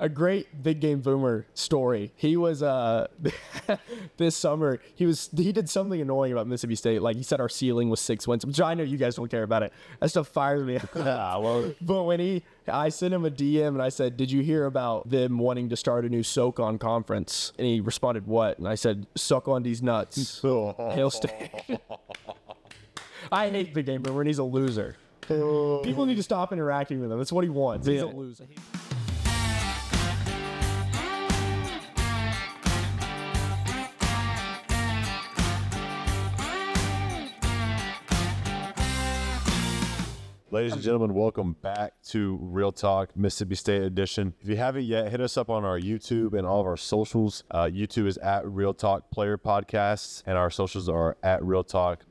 a great big game boomer story. He was uh this summer he was he did something annoying about Mississippi State. Like he said our ceiling was six wins, which I know you guys don't care about it. That stuff fires me. up. Ah, well, but when he I sent him a DM and I said, Did you hear about them wanting to start a new SoCon conference? And he responded, What? And I said, Suck on these nuts. Hail State. I hate the game boomer and he's a loser. Uh, People need to stop interacting with him. That's what he wants. He's a Yeah. loser. Ladies and gentlemen, welcome back to Real Talk Mississippi State Edition. If you haven't yet, hit us up on our YouTube and all of our socials. Uh, YouTube is at Real Talk Player Podcasts, and our socials are at Real Talk.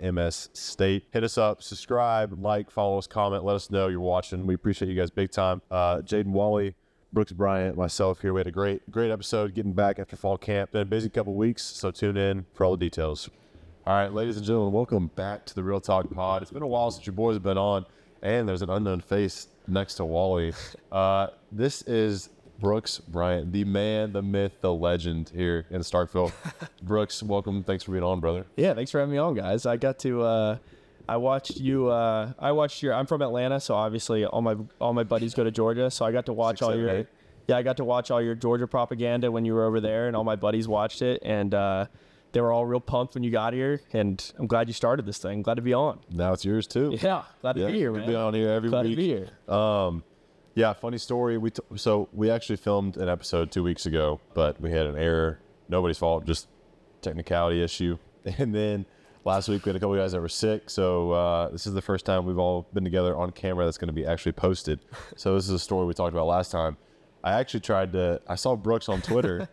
.ms state hit us up subscribe like follow us comment let us know you're watching we appreciate you guys big time uh jaden wally Brooks Bryant, myself here. We had a great, great episode getting back after fall camp. Been a busy couple weeks, so tune in for all the details. All right, ladies and gentlemen, welcome back to the Real Talk Pod. It's been a while since your boys have been on, and there's an unknown face next to Wally. Uh, this is Brooks Bryant, the man, the myth, the legend here in Starkville. Brooks, welcome. Thanks for being on, brother. Yeah, thanks for having me on, guys. I got to. Uh, I watched you. Uh, I watched your. I'm from Atlanta, so obviously all my all my buddies go to Georgia. So I got to watch Six, all seven, your. eight. Yeah, I got to watch all your Georgia propaganda when you were over there, and all my buddies watched it, and uh, they were all real pumped when you got here. And I'm glad you started this thing. Glad to be on. Now it's yours too. Yeah, glad to be here, we'll man. Be on here every glad week. to be here. Um, yeah, funny story. We t- so we actually filmed an episode two weeks ago, but we had an error. Nobody's fault, just technicality issue. And then last week we had a couple guys that were sick, so uh, this is the first time we've all been together on camera. That's going to be actually posted. So this is a story we talked about last time. I actually tried to. I saw Brooks on Twitter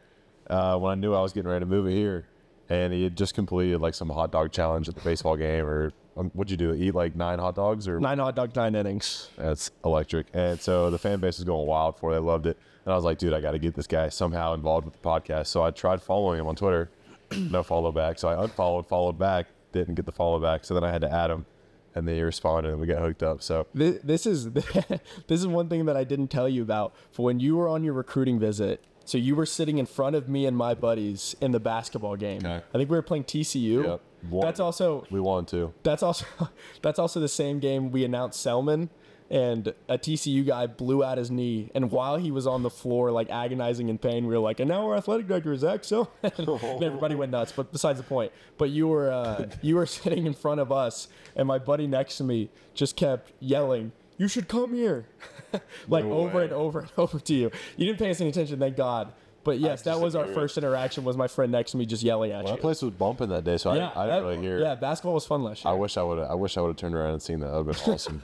uh, when I knew I was getting ready to move it here, and he had just completed like some hot dog challenge at the baseball game, or um, what'd you do? Eat like nine hot dogs or Nine hot dog, nine innings. that's electric. And so the fan base was going wild for it. They loved it. And I was like, dude, I got to get this guy somehow involved with the podcast. So I tried following him on Twitter. No follow back. So I unfollowed, followed back, didn't get the follow back. So then I had to add him. And then he responded and we got hooked up. So This, this is this is one thing that I didn't tell you about. For when you were on your recruiting visit, so you were sitting in front of me and my buddies in the basketball game. Okay. I think we were playing TCU. Yep. Won. That's also we won too. that's also that's also the same game we announced Selman and a TCU guy blew out his knee and while he was on the floor like agonizing in pain, we were like, and now our athletic director is Zach Selman. and everybody went nuts, but besides the point. But you were uh, you were sitting in front of us and my buddy next to me just kept yelling. You should come here, like No over way. and over and over to you. You didn't pay us any attention, thank God. But yes, that was our disagree with- first interaction. Was my friend next to me just yelling at That you? place was bumping that day. So I, I that- didn't really hear. Yeah, basketball was fun last year. I wish I would. I wish I would have turned around and seen that. That would have been awesome.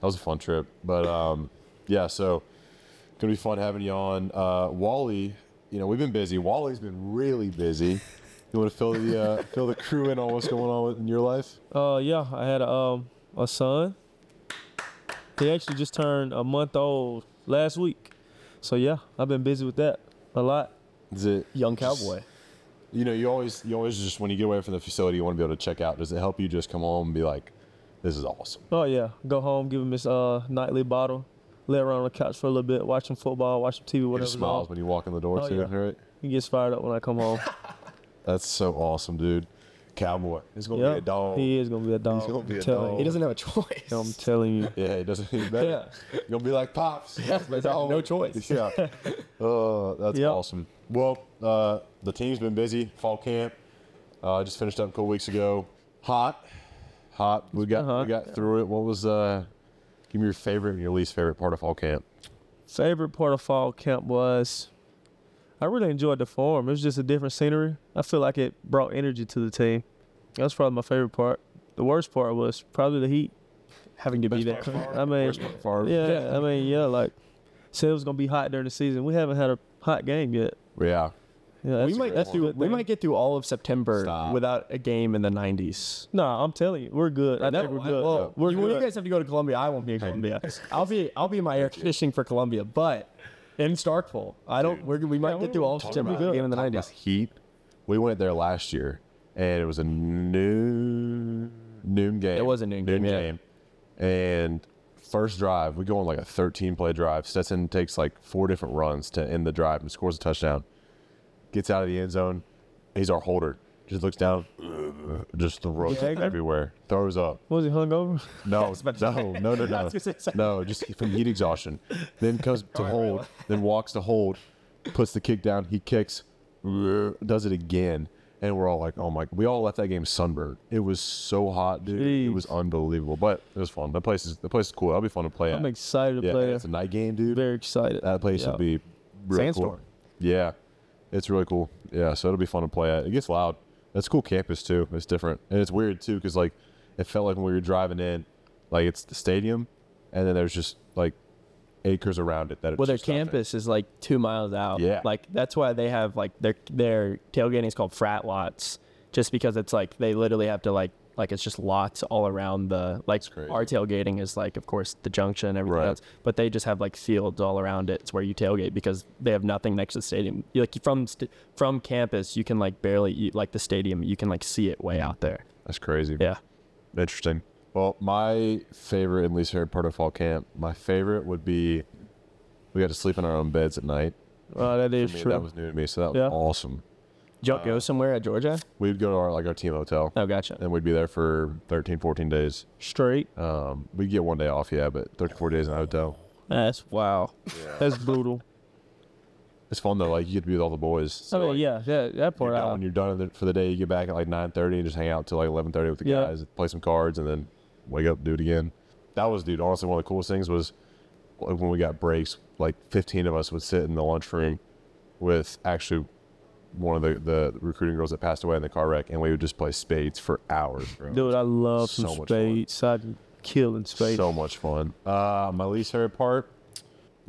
that was a fun trip. But um, yeah, so gonna be fun having you on. Uh, Wally, you know we've been busy. Wally's been really busy. You want to fill the uh, fill the crew in on what's going on with- in your life? Uh, yeah, I had a, um a son. He actually just turned a month old last week, so yeah, I've been busy with that a lot. Is it Young just- cowboy. you know, you always you always just when you get away from the facility, you want to be able to check out. Does it help you just come home and be like, this is awesome? Oh yeah, go home, give him his uh nightly bottle, lay around on the couch for a little bit, watch some football, watch some TV, He whatever. just smiles when you walk in the door Oh, too, yeah. right? He gets fired up when I come home. That's so awesome, dude. Cowboy, it's gonna be yeah, a dog. he is gonna be a dog. gonna I'm be a telling dog. He you. doesn't have a choice. I'm telling you. Yeah, he doesn't. He better. Yeah. You're gonna be like pops. Yeah, but No. no choice. yeah. Oh, that's Yep. awesome. Well, uh, the team's been busy. Fall camp uh, just finished up a couple weeks ago. Hot, hot. We got Uh-huh. we got through it. What was uh, give me your favorite and your least favorite part of fall camp? Favorite part of fall camp was I really enjoyed the farm. It was just a different scenery. I feel like it brought energy to the team. That's probably my favorite part. The worst part was probably the heat. Having to be there. I mean, Farm. yeah, Yeah. I mean, yeah, like said it was gonna be hot during the season. We haven't had a hot game yet. Yeah. Yeah, We that's, might that's get the through. good We thing. might get through all of September Stop. without a game in the 90s. Nah, I'm telling you, we're good. I think No, we're I- good. well, we're you, good. you guys have to go to Columbia. I won't be in Columbia. I'll be. I'll be in my air conditioning for Columbia, but in Starkville, I don't. We're, we might get through all of September without a game in the Talk about 90s. Heat. We went there last year, and it was a noon noon game. It was a noon game, yeah. and First drive, we go on like a 13 play drive. Stetson takes like four different runs to end the drive and scores a touchdown. Gets out of the end zone. He's our holder. Just looks down, just throws Yeah, I- everywhere. Throws up. What was he hungover? No, no, no, no, no, no, just from heat exhaustion. Then comes to hold, then walks to hold, puts the kick down, he kicks, does it again, and we're all like, oh my! We all left that game sunburned. It was so hot, dude. It Jeez. was unbelievable, but it was fun. The place is the place is cool. That'll be fun to play at. I'm excited to yeah, play. it's a night game, dude. Very excited. That place Yeah. would be real Sandstorm. Cool. Yeah, it's really cool. Yeah, so it'll be fun to play at. It gets loud. That's a cool campus too. It's different and it's weird too because like it felt like when we were driving in, like it's the stadium, and then there's just like acres around it that. it's Well, their just nothing. campus is like two miles out. Yeah. Like that's why they have like their their tailgating is called frat lots, just because it's like they literally have to like like it's just lots all around the like crazy. our tailgating is like of course the junction and everything Right. else, but they just have like fields all around it. It's where you tailgate because they have nothing next to the stadium. You, like from st- from campus, you can like barely you, like the stadium. You can like see it way out there. That's crazy. Yeah. Interesting. Well, my favorite and least favorite part of fall camp. My favorite would be we got to sleep in our own beds at night. Oh, that is I mean, true. That uh, was new to me, so that was Yeah. awesome. Did y'all go somewhere at Georgia? We'd go to our like our team hotel. Oh, gotcha. and we'd be there for 13, 14 days. Straight. Um, we'd get one day off, yeah, but 34 days in a hotel. That's wow. That's brutal. It's fun though, like you get to be with all the boys. I So, mean, like, yeah, yeah, that you're part. done- I, when you're done with it for the day, you get back at like 9:30 and just hang out till like 11:30 with the Yeah. guys, play some cards, and then wake up, do it again. That was, dude, honestly one of the coolest things was like, when we got breaks. Like 15 of us would sit in the lunchroom with actually one of the, the recruiting girls that passed away in the car wreck, and we would just play spades for hours, bro. dude, I love some So much fun. spades. I'd kill in spades. So much fun. Uh, my least favorite part,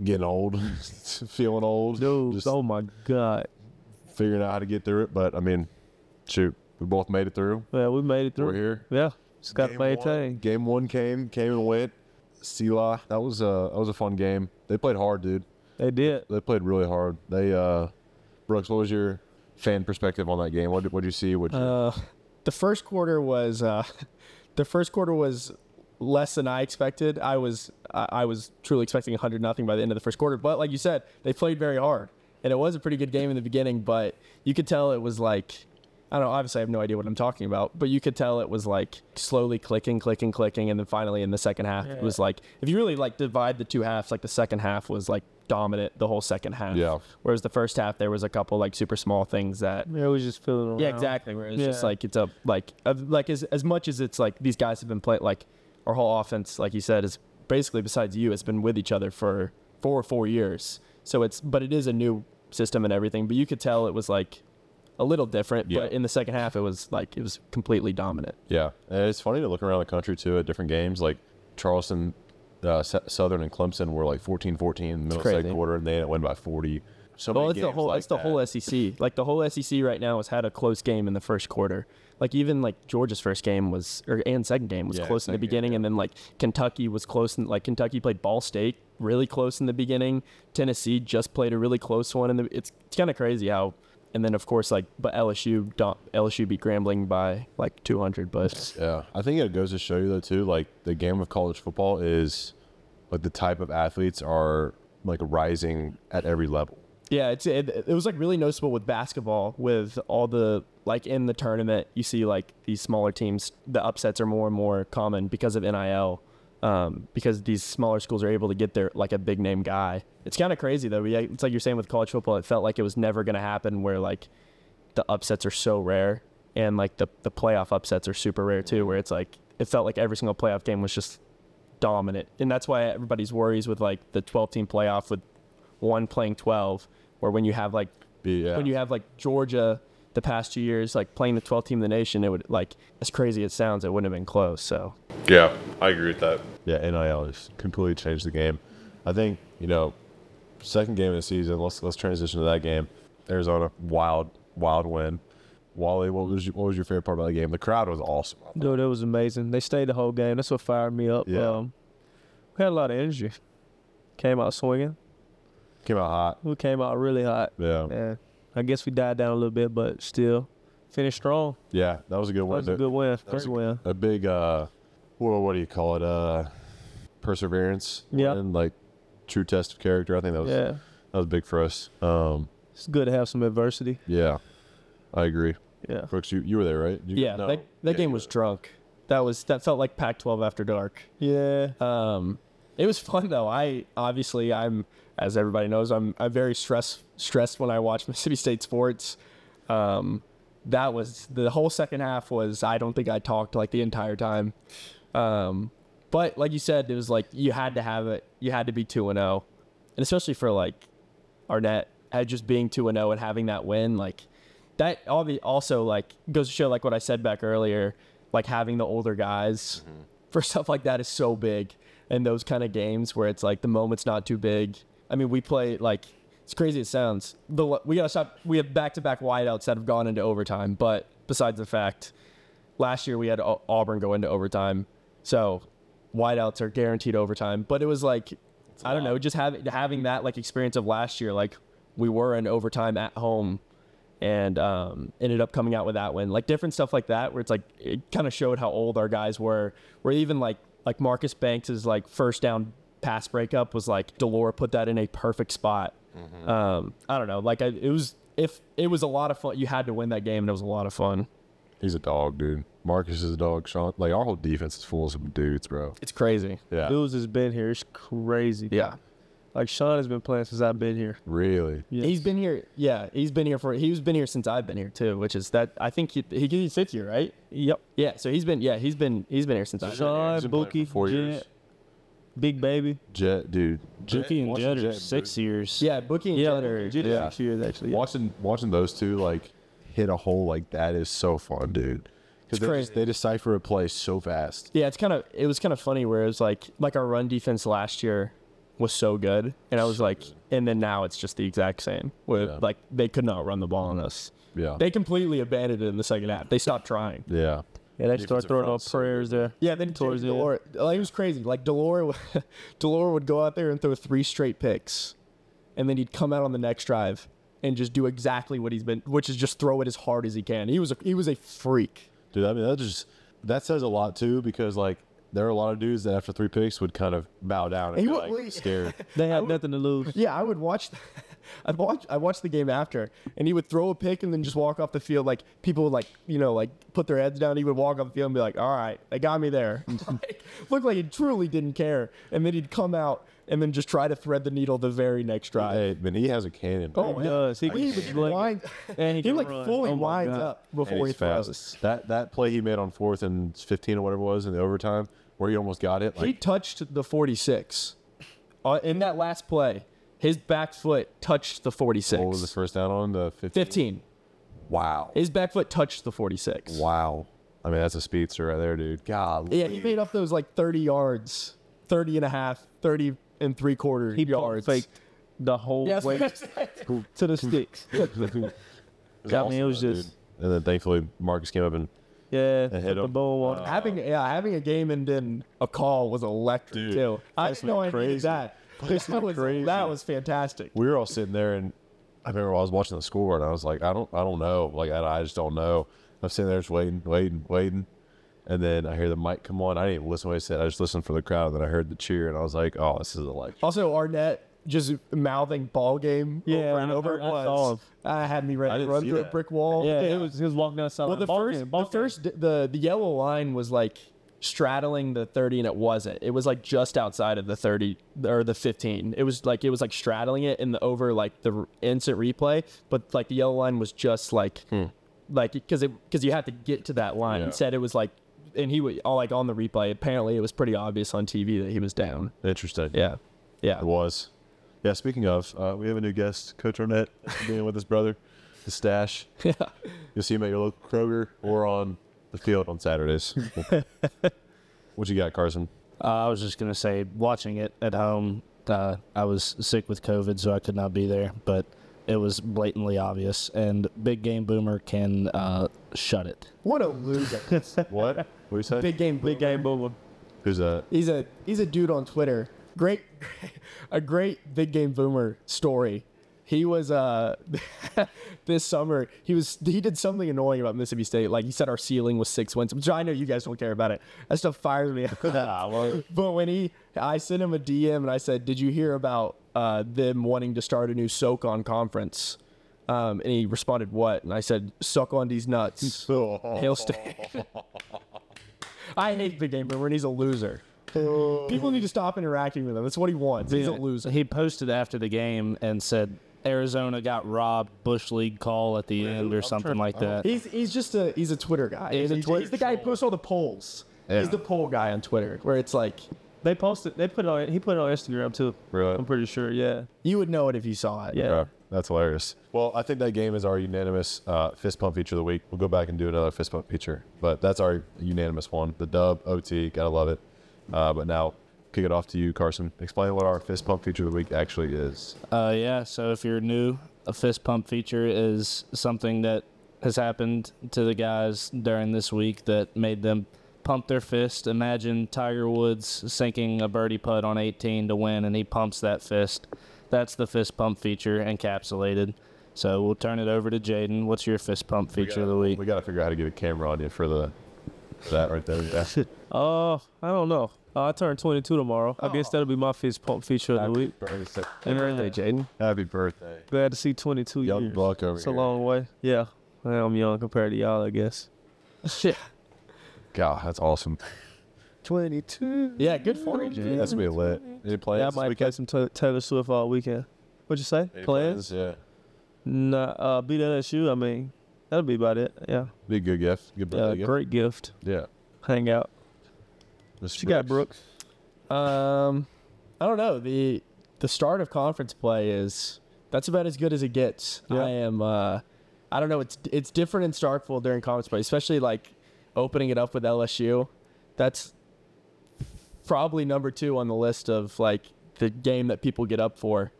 getting old, feeling old, dude, just oh my god. figuring out how to get through it. But I mean, shoot, we both made it through. Yeah, we made it through. We're here. Yeah, just got Game to one- maintain. Game one came, came and went. Sela, that was a that was a fun game. They played hard, dude. They did. They played really hard. They, uh, Brooks, what was your fan perspective on that game? What did, what did you see? What you, Uh, the first quarter was uh, the first quarter was less than I expected. I was I I was truly expecting 100 nothing by the end of the first quarter, but like you said, they played very hard. And it was a pretty good game in the beginning, but you could tell it was like I don't know, obviously I have no idea what I'm talking about, but you could tell it was like slowly clicking, clicking, clicking and then finally in the second half it was like if you really like divide the two halves, like the second half was like dominant the whole second half. Yeah. Whereas the first half there was a couple like super small things that Yeah, we just feeling around. yeah, exactly. Where it's just Yeah. like it's a like of- like as as much as it's like these guys have been playing like our whole offense, like you said, is basically besides you, it's been with each other for four or four years. So it's but it is a new system and everything. But you could tell it was like a little different. Yeah. But in the second half, it was like it was completely dominant. Yeah, and it's funny to look around the country too at different games. Like Charleston, uh, S- Southern, and Clemson were like 14-14 in the middle of the second crazy. quarter, and they ended up winning by forty. So Well, many it's the games whole like it's the that. whole SEC. Like the whole SEC right now has had a close game in the first quarter. Like even like Georgia's first game was or and second game was Yeah, close in the second game, beginning, and then like Kentucky was close. In, like Kentucky played Ball State really close in the beginning. Tennessee just played a really close one, and it's it's kind of crazy how. And then of course like but LSU don't, LSU beat Grambling by like 200, but Yeah, I think it goes to show you though too. Like the game of college football is like the type of athletes are like rising at every level. Yeah, it's it, it was like really noticeable with basketball with all the like in the tournament you see like these smaller teams the upsets are more and more common because of NIL um, because these smaller schools are able to get their like a big name guy. It's kind of crazy though. Yeah, It's like you're saying with college football it felt like it was never going to happen where like the upsets are so rare and like the the playoff upsets are super rare too where it's like it felt like every single playoff game was just dominant. And that's why everybody's worries with like the 12 team playoff with one playing 12 or when you have like Yeah, when you have like Georgia the past two years like playing the 12th team of the nation it would like as crazy as it sounds it wouldn't have been close so Yeah, I agree with that. yeah, NIL has completely changed the game. I think you know, second game of the season. Let's let's transition to that game. Arizona, wild, wild win. Wally, what was your, what was your favorite part about the game? The crowd was awesome. Dude, it was amazing. They stayed the whole game. That's what fired me up. Yeah. Um, we had a lot of energy. Came out swinging. Came out hot. We came out really hot. Yeah, And I guess we died down a little bit, but still finished strong. yeah, that was a good That one. was a good win. Great win. A big, uh, well, what do you call it? Uh, perseverance. Yeah. and like true test of character. I think that was Yeah. that was big for us. Um, It's good to have some adversity. yeah, I agree. Yeah. Brooks, you, you were there, right? You- Yeah, no. that, that Yeah, game you was drunk. That was that felt like Pac-12 after dark. Yeah. Um, it was fun though. I obviously I'm as everybody knows I'm I'm very stress stressed when I watch Mississippi State sports. Um, that was the whole second half was I don't think I talked like the entire time. Um, but like you said, it was like you had to have it. You had to be two and zero, and especially for like Arnett had just being two and zero and having that win like that obvi- also like goes to show like what I said back earlier, like having the older guys for stuff like that is so big and those kind of games where it's like the moment's not too big. I mean, we play like it's crazy it sounds. The l- we gotta stop. We have back to back wideouts that have gone into overtime, but besides the fact, last year we had Au- Auburn go into overtime, so wideouts are guaranteed overtime. But it was like I don't know, just having having that like experience of last year, like we were in overtime at home and um, ended up coming out with that win. Like different stuff like that, where it's like it kind of showed how old our guys were. Where even like like Marcus Banks's like first down pass breakup was like Delora put that in a perfect spot. Um, I don't know, like I, it was if it was a lot of fun. You had to win that game, and it was a lot of fun. He's a dog, dude. Marcus is a dog. Sean, like our whole defense is full of some dudes, bro. It's crazy. Yeah, Dudes has been here. It's crazy. Yeah. Like Sean has been playing since I've been here. really. Yeah. He's been here, yeah. He's been here for he's been here since I've been here too, which is that I think he he, he sits here, right? Yep. Yeah, so he's been yeah he's been he's been here since I've been here. Sean, He's been playing Bookie, for four Uh, Jet, years. Big Baby. Jet, dude. Juki and watching Jed are Jet, six years. Yeah, Bookie and Jeter. Jet Yeah. yeah. six years actually. Yeah. Watching watching those two like hit a hole like that is so fun, dude. Because they, crazy. just- they decipher a play so fast. Yeah, it's kind of it was kind of funny where it was like like our run defense last year was so good, and I was like, and then now it's just the exact same. Where Yeah. like they could not run the ball on us. Yeah. They completely abandoned it in the second half. They stopped trying. yeah. Yeah, they Defensive start throwing front's out prayers there. Yeah, then towards the end. Delora, like, it was crazy. Like Delora, would- Delora would go out there and throw three straight picks, and then he'd come out on the next drive and just do exactly what he's been, which is just throw it as hard as he can. He was a, he was a freak. Dude, I mean that just that says a lot too because like there are a lot of dudes that after three picks would kind of bow down and He be wa- like, scared. They have nothing to lose. Yeah, I would watch. I watch. I watched the game after, and he would throw a pick and then just walk off the field. Like people would like you know like put their heads down. He would walk off the field and be like, "All right, they got me there." like, looked like he truly didn't care. And then he'd come out and then just try to thread the needle the very next drive. Uh, hey, man, he has a cannon. bro. Oh, He does. He, He can would sling it. wind, And he, he can like run. fully Oh my winds God. up And before he he's fast. throws. That that play he made on fourth and fifteen or whatever it was in the overtime where he almost got it. He Like, touched the 46 Uh, in that last play. His back foot touched the what was the 46. first down on the 15? 15. Wow. His back foot touched the 46. Wow. I mean, that's a speedster right there, dude. God. Yeah, he made up those like 30 yards, 30 and a half, 30 and three quarter He yards. yards. faked the whole Yes, way to the sticks. I mean, it was just- And then thankfully, Marcus came up and Yeah. hit put the him. ball on. having yeah, having a game and then a call was electric Dude, too. I didn't know I crazy. needed that. That was, that was fantastic. we were all sitting there, and I remember I was watching the score, and I was like, I don't, I don't know, like I, I just don't know. I'm sitting there just waiting, waiting, waiting, and then I hear the mic come on. I didn't even listen to what he said. I just listened for the crowd, and then I heard the cheer, and I was like, oh, this is electric. Also, Arnett just mouthing ball game Yeah, over and I- over. I- it I was. saw him. I had me I ready didn't run see through a that. brick wall. Yeah, it was. He was walking down the sideline. Well, the Ball first, game, ball the first, the the yellow line was like straddling the 30, and it wasn't. It was like just outside of the 30 or the 15. It was like it was like straddling it in the over like the r- instant replay, but like the yellow line was just like like because it because you had to get to that line. Yeah. Instead, it was like. And he was all like on the replay. Apparently, it was pretty obvious on TV that he was down. Interesting. Yeah, yeah. It was. Yeah, speaking of, uh, we have a new guest, Coach Arnett, being with his brother, the stash. Yeah. You'll see him at your local Kroger or on the field on Saturdays. what you got, Carson? Uh, I was just gonna say, watching it at home, uh, I was sick with COVID, so I could not be there. But it was blatantly obvious, and Big Game Boomer can uh, shut it. What a loser! What? What you say? big game, big game, boomer. Who's that? He's a he's a dude on Twitter. Great, a great big game boomer story. He was uh this summer. He was he did something annoying about Mississippi State. Like he said our ceiling was six wins, which I know you guys don't care about it. That stuff fires me up. but when he I sent him a DM and I said, "Did you hear about uh, them wanting to start a new SoCon conference?" Um, and he responded, "What?" And I said, "Suck on these nuts." Hail Stan. I hate the game and He's a loser. People need to stop interacting with him. That's what he wants. He's a loser. He posted after the game and said Arizona got robbed, Bush League call at the end or something like that. He's he's just a he's a Twitter guy. He's, a he's- Twitter he's the guy who posts all the polls. Yeah. He's the poll guy on Twitter, where it's like They posted. They put it on. He put it on Instagram too. Really? I'm pretty sure. Yeah. you would know it if you saw it. Yeah. Bro, that's hilarious. Well, I think that game is our unanimous uh, fist pump feature of the week. We'll go back and do another fist pump feature, but that's our unanimous one. The dub, OT, gotta love it. Uh, but now, kick it off to you, Carson. Explain what our fist pump feature of the week actually is. Uh, yeah, so if you're new, a fist pump feature is something that has happened to the guys during this week that made them pump their fist. Imagine Tiger Woods sinking a birdie putt on 18 to win, and he pumps that fist. That's the fist pump feature encapsulated. So we'll turn it over to Jaden. What's your fist pump feature of the week? We gotta figure out how to get a camera on you for the for that right there. Yeah. Oh, I don't know. Uh, I turn 22 tomorrow. I Oh. guess that'll be my fist pump feature of the week. birthday. Happy birthday, Jaden. Happy birthday. Glad to see 22 Young years. buck over It's a here. long way. Yeah. Well, I'm young compared to y'all, I guess. Shit. God, that's awesome. 22. Yeah, good for you, Jay. That's gonna be lit. Did you play Yeah, I this might play weekend? some Ta- Taylor Swift all weekend. What'd you say? Any Plans? Yeah. Nah, uh, beat LSU. I mean, that'll be about it. Yeah. Be a good gift. Good Uh, birthday great gift. gift. Yeah. Hang out. Mr. She got Brooks. Um, I don't know. the The start of conference play is that's about as good as it gets. I am. Uh, I don't know. It's it's different in Starkville during conference play, especially like opening it up with LSU. That's probably number two on the list of like the game that people get up for.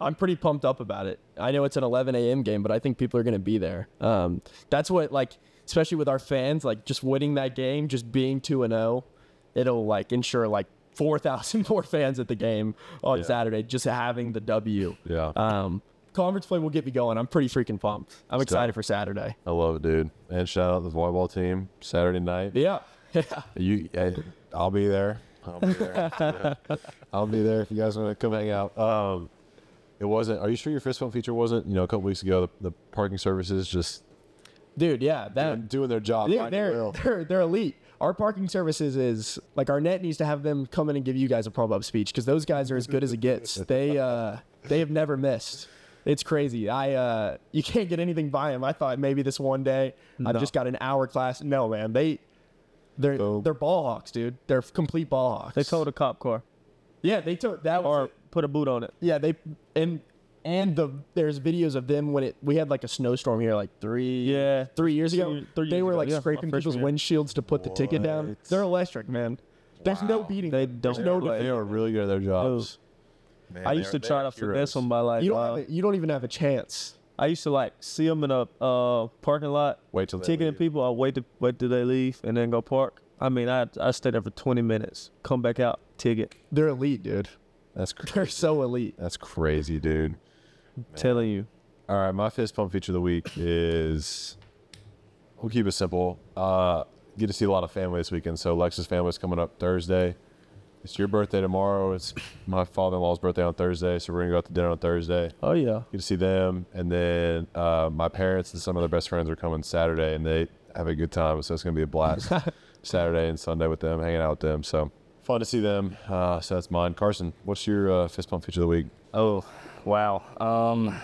I'm pretty pumped up about it. I know it's an 11 a.m. game, but I think people are going to be there. Um, that's what like, especially with our fans, like just winning that game, just being two and zero, it'll like ensure like 4,000 more fans at the game on Saturday. Just having the W. Yeah. Um, conference play will get me going. I'm pretty freaking pumped. I'm excited for Saturday. I love it, dude. And shout out to the volleyball team Saturday night. Yeah. Yeah. You, I, I'll be there. I'll be there. I'll be there if you guys want to come hang out. Um, it wasn't. Are you sure your fist bump feature wasn't? You know, a couple weeks ago, the, the parking services just Dude, yeah. That, doing their job. They're, like it they're, will. they're, they're elite. Our parking services is like our net needs to have them come in and give you guys a pump up speech because those guys are as good as it gets. They uh, they have never missed. It's crazy. I uh, you can't get anything by them. I thought maybe this one day I've just got an hour class. No man, they they're Boom. they're ball hawks, dude. They're complete ball hawks. They towed a cop car yeah they took that was or it. put a boot on it. yeah they and and the there's videos of them when it we had like a snowstorm here like three Yeah. three years ago. Two- three they years were ago, like yeah, my scraping freshman people's year. windshields to put the ticket down. They're electric, man. There's no beating. They them. don't There's no. play. They are really good at their jobs. Man, Oh. I they used are- to they try are to heroes. finesse them by like. You don't. uh, have a, you don't even have a chance. I used to like see them in a uh, parking lot, Wait till they ticketing leave. people. I wait to wait till they leave and then go park. I mean, I I stayed there for 20 minutes, come back out, ticket. They're elite, dude. That's cr- They're so elite. that's crazy, dude. Telling you, All right, my fist pump feature of the week is we'll keep it simple. Uh, get to see a lot of family this weekend. So Lex's family is coming up Thursday. It's your birthday tomorrow. It's my father-in-law's birthday on Thursday, so we're gonna go out to dinner on Thursday. oh yeah, Get to see them, and then uh, my parents and some of their best friends are coming Saturday, and they have a good time. So it's gonna be a blast Saturday and Sunday with them, hanging out with them. So fun to see them. Uh, so that's mine. Carson, what's your uh, fist pump feature of the week? Oh, wow. Um,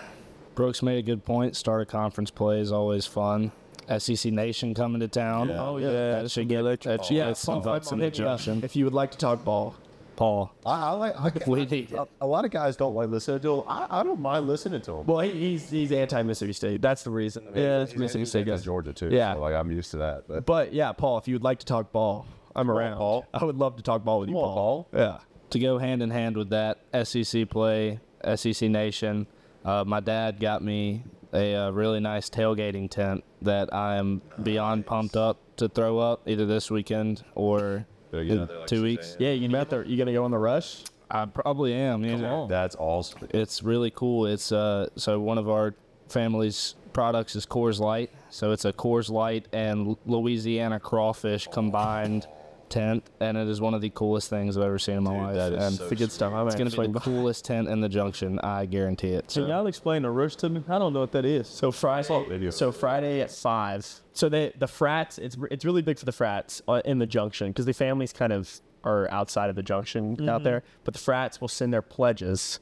Brooks made a good point. Start of conference play is always fun. SEC Nation coming to town. oh yeah, That should get that Oh, should get some votes in the junction. If you would like to talk ball, Paul, I, I like. we need it. a lot of guys don't like listening to him. I, I don't mind listening to him. well, he, he's he's anti Mississippi State. That's the reason. yeah. That's he's missing. anti Georgia too. Yeah. so, like I'm used to that. But But yeah, Paul, if you would like to talk ball, I'm around. Paul. I would love to talk ball with you, Come on, Paul. Yeah. to go hand in hand with that SEC play, SEC Nation. Uh, my dad got me a uh, really nice tailgating tent that I am beyond pumped up to throw up either this weekend or Better get in out there like two today. weeks. Yeah, you gonna you gonna go on the rush? I probably am. You know? that's awesome. It's really cool. It's uh, so one of our family's products is Coors Light. So it's a Coors Light and Louisiana crawfish combined tent, and it is one of the coolest things I've ever seen in my Dude, life. that is and so It's a good stuff. I'm it's gonna actually be the coolest tent in the junction. I guarantee it. Can y'all explain the rush to me? I don't know what that is. So Friday, Video. so Friday at five. So they the frats. It's it's really big for the frats uh, in the junction because the families kind of are outside of the junction Mm-hmm. out there. But the frats will send their pledges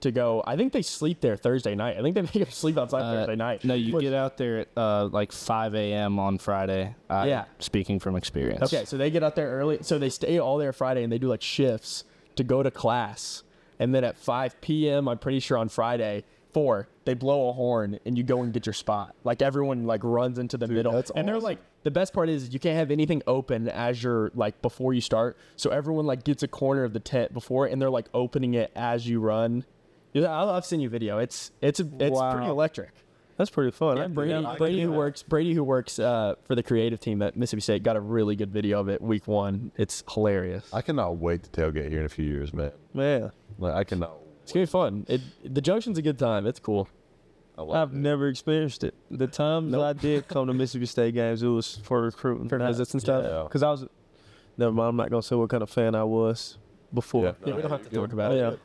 to go. I think they sleep there Thursday night. I think they make them sleep outside Uh, Thursday night. No, you Which- get out there at uh, like 5 a.m. on Friday. I, Yeah. Speaking from experience. Okay, so they get out there early. So they stay all there Friday and they do like shifts to go to class. And then at 5 p.m., I'm pretty sure on Friday, four, they blow a horn and you go and get your spot. Like everyone like runs into the middle. that's and they're awesome. like, the best part is you can't have anything open as you're like before you start. So everyone like gets a corner of the tent before and they're like opening it as you run. Yeah, I- I've seen you video. It's it's it's pretty Wow. electric. That's pretty fun. Yeah, I- Brady, yeah, Brady who works Brady who works uh, for the creative team at Mississippi State got a really good video of it week one. It's hilarious. I cannot wait to tailgate here in a few years, man. man, Like I cannot. It's gonna be fun. It, the junction's a good time. It's cool. I love I've it. never experienced it. The times I did come to Mississippi State games, it was for recruiting, For not- visits and stuff? Yeah. Cause I was, never mind. I'm not gonna say what kind of fan I was before. Yeah, we don't have to talk about Yeah. it.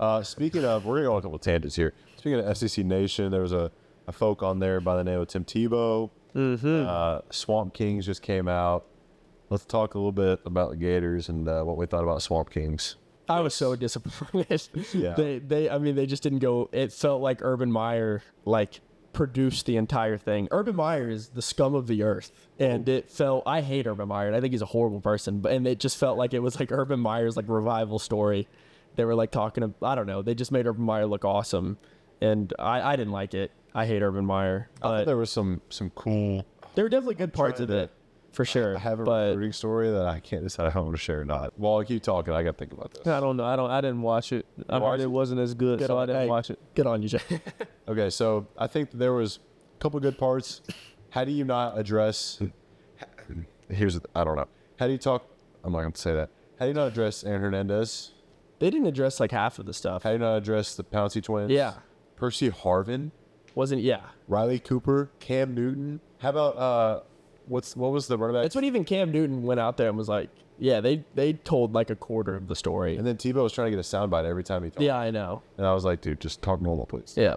Uh, speaking of, we're gonna go on a couple tangents here. Speaking of SEC Nation, there was a, a folk on there by the name of Tim Tebow. Mm-hmm. Uh, Swamp Kings just came out. Let's talk a little bit about the Gators and uh, what we thought about Swamp Kings. I was so disappointed. Yeah. They they I mean they just didn't go it felt like Urban Meyer like produced the entire thing. Urban Meyer is the scum of the earth. And Oh. it felt I hate Urban Meyer and I think he's a horrible person, but and it just felt like it was like Urban Meyer's like revival story. They were like talking ab- I don't know, they just made Urban Meyer look awesome. And I, I didn't like it. I hate Urban Meyer. I thought But there was some some cool. there were definitely good parts of to- it. For sure. I have a but recruiting story that I can't decide if I want to share or not. While I keep talking, I got to think about this. I don't know. I don't. I didn't watch it. I Watch heard it. it wasn't as good, so I didn't Hey, watch it. Good on you, Jay. Okay, so I think there was a couple good parts. How do you not address? Here's the- I don't know. How do you talk? I'm not going to say that. How do you not address Aaron Hernandez? they didn't address like half of the stuff. How do you not address the Pouncy twins? Yeah. Percy Harvin, Wasn't yeah. Riley Cooper, Cam Newton. How about uh, what's what was the running back? That's what even Cam Newton went out there and was like, yeah, they they told like a quarter of the story. and then Tebow was trying to get a soundbite every time he talked. Yeah, I know. And I was like, dude, just talk normal, please. Yeah.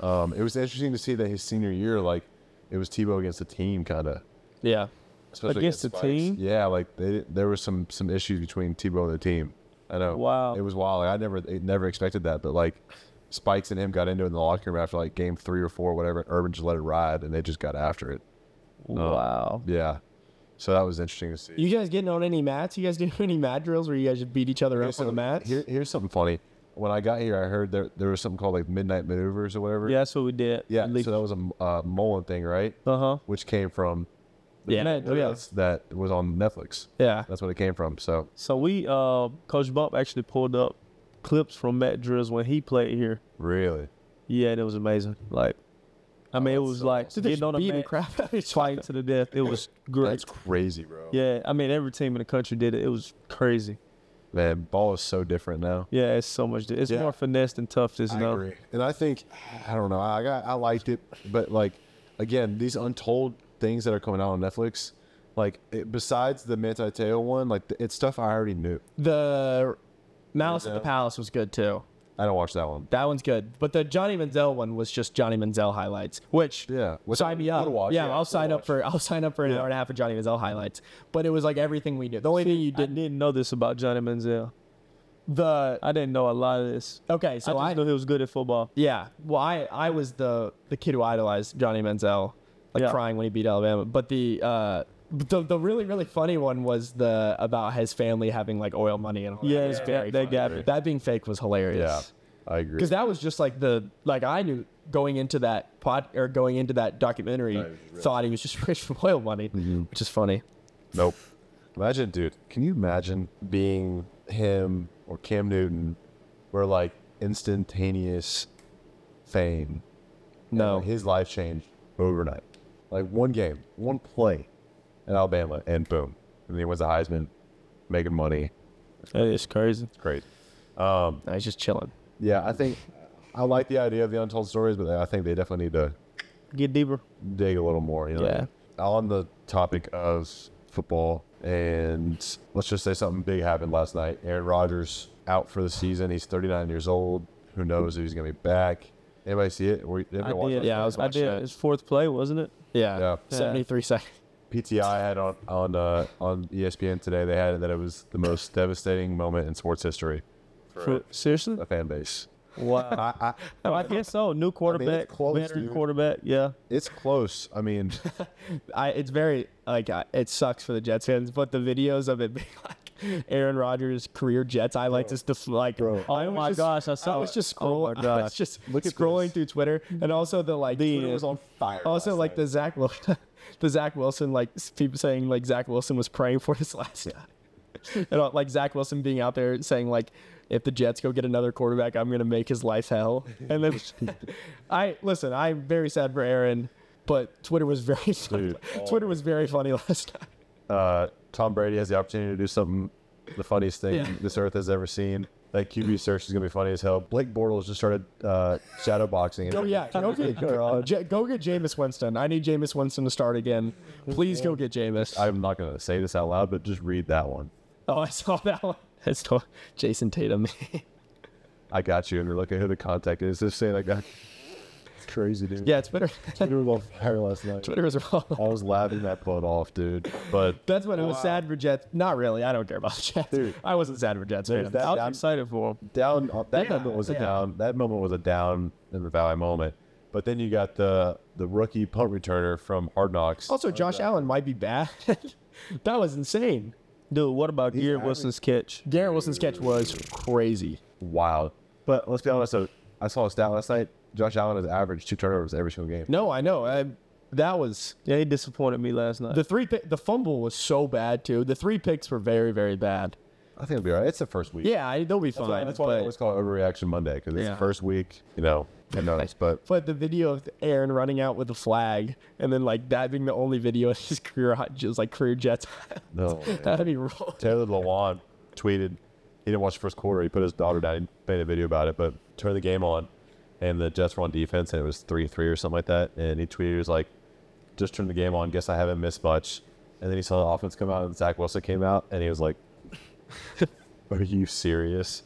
Um, it was interesting to see that his senior year, like, it was Tebow against the team, kind of. Yeah. especially Against the Vikes. team? Yeah, like they, there was some some issues between Tebow and the team. I know. Wow. it was wild. Like, I never I never expected that, but like Spikes and him got into it in the locker room after like game three or four, whatever. and Urban just let it ride, and they just got after it. Oh. wow. Yeah, so that was interesting to see. You guys getting on any mats? You guys doing any mat drills where you guys just beat each other up on the something- mats? here- here's something funny. When I got here, I heard there there was something called like midnight maneuvers or whatever. Yeah, that's what we did. yeah. So that was a uh, Mullen thing, right? uh huh. Which came from yeah. Oh, yeah. that was on Netflix. Yeah. That's what it came from. So So we, uh, Coach Bump actually pulled up clips from Matt Drills when he played here. really, Yeah, and it was amazing. Like, I mean, it was like So they're getting just on a beating the mat, crap out of each fighting to the death. It was great. that's crazy, bro. yeah, I mean, every team in the country did it. It was crazy. Man, ball is so different now. Yeah, it's so much. di- It's Yeah. more finesse than toughness now. And I think I don't know. I got I liked it, but like again, these untold things that are coming out on Netflix, like it, besides the Manti Te'o one, like it's stuff I already knew. The Malice at the Manziel. Palace was good too. I don't watch that one. That one's good. But the Johnny Manziel one was just Johnny Manziel highlights, which Yeah, which sign me I- up. I'd watch, yeah, yeah, I'll I'd sign up watch. for I'll sign up for an hour and a half of Johnny Manziel highlights. But it was like everything we knew. The only thing you I didn't didn't know this about Johnny Manziel. the I didn't know a lot of this. okay, so I just I, knew he was good at football. Yeah. Well, I, I was the the kid who idolized Johnny Manziel, like Yeah. crying when he beat Alabama. But the uh, the the really really funny one was the about his family having like oil money and all Yeah, that. It was yeah, very they funny. got me. that being fake was Yeah, hilarious. I agree. Because that was just like the like I knew going into that pot or going into that documentary thought he was just rich from oil money, Mm-hmm. which is funny. Nope. Imagine, dude. Can you imagine being him or Cam Newton, where like instantaneous fame? No. Like, his life changed overnight. Like one game, one play in Alabama, and boom. And then he wins the Heisman, making money. That is crazy. It's great. No, he's just chilling. Yeah, I think I like the idea of the untold stories, but I think they definitely need to Get deeper. dig a little more. You know? Yeah. On the topic of football, And let's just say something big happened last night. Aaron Rodgers out for the season. He's 39 years old. Who knows if he's going to be back? Anybody see it? Were you, anybody watch did. that? Yeah, I was I watching did. that. It's fourth play, wasn't it? Yeah. Yeah. 73 seconds. PTI had on on uh, on ESPN today. They had it that it was the most devastating moment in sports history. For, seriously? A fan base. Wow. I, I, Oh, I guess so. New quarterback, close, veteran dude. quarterback. Yeah. it's close. I mean, I it's very like uh, it sucks for the Jets fans, but the videos of it being like Aaron Rodgers' career Jets highlights is def- like I Oh was my just- gosh, I saw I was it. just Oh my scrolling. I was gosh. just Look at scrolling this. through Twitter, and also the like Twitter was on fire. Also, last like night. the Zach Wilson, the Zach Wilson, like s- people saying like Zach Wilson was praying for this last guy, and uh, like Zach Wilson being out there saying like, if the Jets go get another quarterback, I'm gonna make his life hell. And then I listen, I'm very sad for Aaron, but Twitter was very funny. Dude. Twitter was very funny last night. uh, Tom Brady has the opportunity to do something the funniest thing Yeah. this earth has ever seen. That QB search is gonna be funny as hell. Blake Bortles just started uh, shadow boxing. Oh yeah, go get J- go get Jameis Winston. I need Jameis Winston to start again. Please go get Jameis. I'm not gonna say this out loud, but just read that one. oh, I saw that one. It's t- Jason Tatum. I got you. And they're looking who the contact is. Just saying, I got. It's crazy, dude. yeah, Twitter. Twitter was on fire last night. Twitter is wrong. I was laughing that butt off, dude. But That's when I was sad for Jets. Not really. I don't care about the Jets. Dude. I wasn't sad for Jets. Dude, that- I was I'm- excited for him. down uh, that Yeah, moment was a yeah. down. That moment was a down in the valley moment. But then you got the the rookie punt returner from Hard Knocks. also, Josh Allen might be bad. that was insane. Dude, what about Garrett Wilson's catch? Garrett Wilson's catch was crazy. Wow. But let's be honest. So I saw a stat last night. Josh Allen has averaged two turnovers every single game. No, I know. I, that was Yeah, he disappointed me last night. the three. Pi- the fumble was so bad too. The three picks were very, very bad. I think it'll be all right. It's the first week. Yeah, I- they'll be That's fine. why, that's why I but- always call it Overreaction Monday because it's Yeah. the first week. You know, I noticed. But But the video of Aaron running out with a flag, and then like that being the only video of his career, hi- just like career Jets, no, that'd be rolled. Taylor Lewan tweeted he didn't watch the first quarter. He put his daughter down. He made a video about it, but turned the game on, and the Jets were on defense, and it was three three or something like that. And he tweeted, he was like, "Just turned the game on. Guess I haven't missed much." And then he saw the offense come out, and Zach Wilson came out, and he was like, "Are you serious?"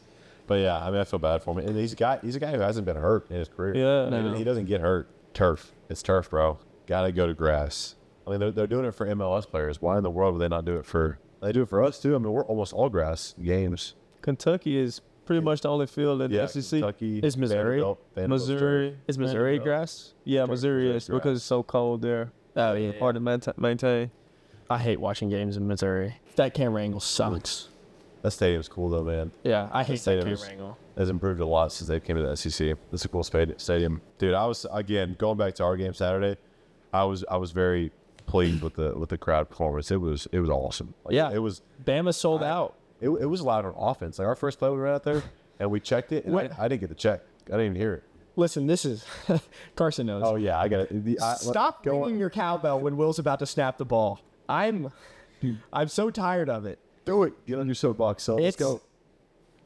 But yeah, I mean, I feel bad for him. And he's a guy. He's a guy who hasn't been hurt in his career. Yeah. I mean, he doesn't get hurt. Turf. It's turf, bro. Gotta go to grass. I mean, they're, they're doing it for MLS players. Why in the world would they not do it for? They do it for us too. I mean, we're almost all grass games. Kentucky is pretty much the only field in the SEC. Kentucky, Is Missouri- Vanderbilt, Vanderbilt's Missouri. Is Missouri grass? Yeah, Missouri is Missouri's because it's so cold there. Oh yeah. Hard to maintain- maintain. I hate watching games in Missouri. That camera angle sucks. dirt. That stadium's cool though, man. Yeah, I hate that stadium camera is- angle. has improved a lot since they came to the SEC. It's a cool spa- stadium, dude. I was again going back to our game Saturday. I was I was very pleased with the with the crowd performance. It was it was awesome. Like, Yeah. it was Bama sold out. it, it was loud on offense. Like our first play, we ran out there and we checked it. And I, What- I didn't get the check. I didn't even hear it. Listen, this is Carson knows. Oh yeah, I got it. The- I- Stop go on. ringing your cowbell when Will's about to snap the ball. I'm, I'm so tired of it. Do it. Get on your soapbox. So let's It's, go.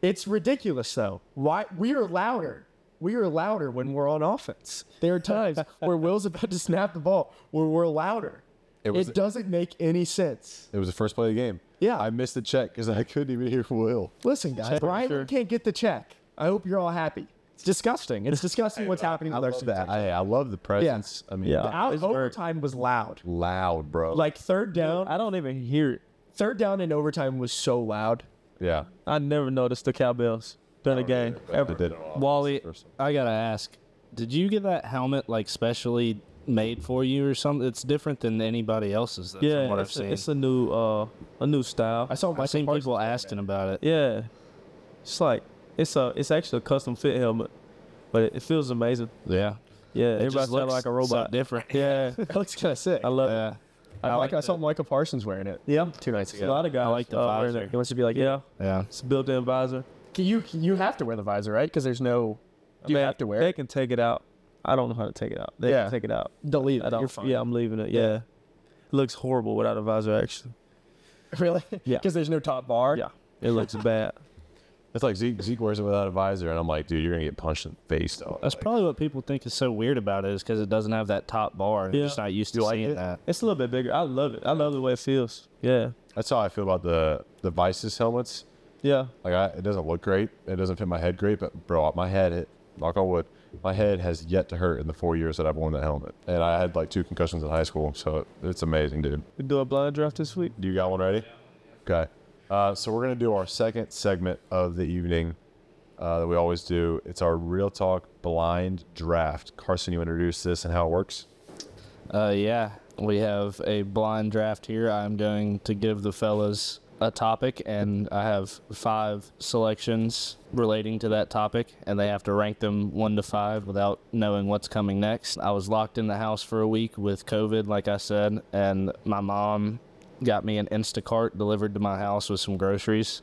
it's ridiculous though. Why we are louder. We are louder when we're on offense. There are times where Will's about to snap the ball where we're louder. It, was- doesn't make any sense. It was the first play of the game. Yeah. I missed the check because I couldn't even hear Will. Listen, guys, Brian sure. can't get the check. I hope you're all happy. It's disgusting. It's disgusting what's happening I with our love that. students. I, I love the presence. I mean, Yeah. The out- overtime was loud. loud, bro. Like third down, I don't even hear it. third down in overtime was so loud. yeah. I never noticed the cowbells during a game I ever. did. Wally, I gotta ask, did you get that helmet like specially made for you or something? It's different than anybody else's. Though, Yeah, from what I've it's, a, seen. it's a new uh a new style. I saw I've Michael seen Parsons. people asking about it. Yeah, it's like it's a it's actually a custom fit helmet, but it, it feels amazing. Yeah, Yeah, It just everybody sounds looks like a so robot. different. yeah, That looks kind of sick. I love it. Yeah. I, like, I saw Michael Parsons wearing it. Yeah, Two nights a ago. lot of guys. I like the uh, wearing visor. it. He wants to be like, yeah, yeah. it's a built-in visor. You you have to wear the visor, right? Because there's no. Do you Man, have to wear They it? can take it out. I don't know how to take it out. They Yeah. can take it out. Delete I it. don't. You're fine. Yeah, I'm leaving it. Yeah. looks horrible without a visor. Actually. Really? Yeah. Because there's no top bar. Yeah. It looks bad. It's like Zeke, Zeke wears it without a visor, and I'm like, dude, you're gonna get punched in the face. Dog. That's Like, probably what people think is so weird about it is because it doesn't have that top bar. And Yeah. You're just not used to You like seeing it? that. It's a little bit bigger. I love it. I love the way it feels. Yeah. that's how I feel about the the Vices helmets. Yeah. Like, I, it doesn't look great. It doesn't fit my head great, but bro, my head, it, knock on wood, my head has yet to hurt in the four years that I've worn that helmet. And I had like two concussions in high school, so it's amazing, dude. We do a blind draft this week. Do you got one ready? Okay. Uh, so we're gonna do our second segment of the evening uh, that we always do. It's our real talk blind draft. Carson, you introduce this and how it works. Uh, yeah, we have a blind draft here. I'm going to give the fellas a topic, and I have five selections relating to that topic, and they have to rank them one to five without knowing what's coming next. I was locked in the house for a week with COVID, like I said, and my mom got me an Instacart delivered to my house with some groceries,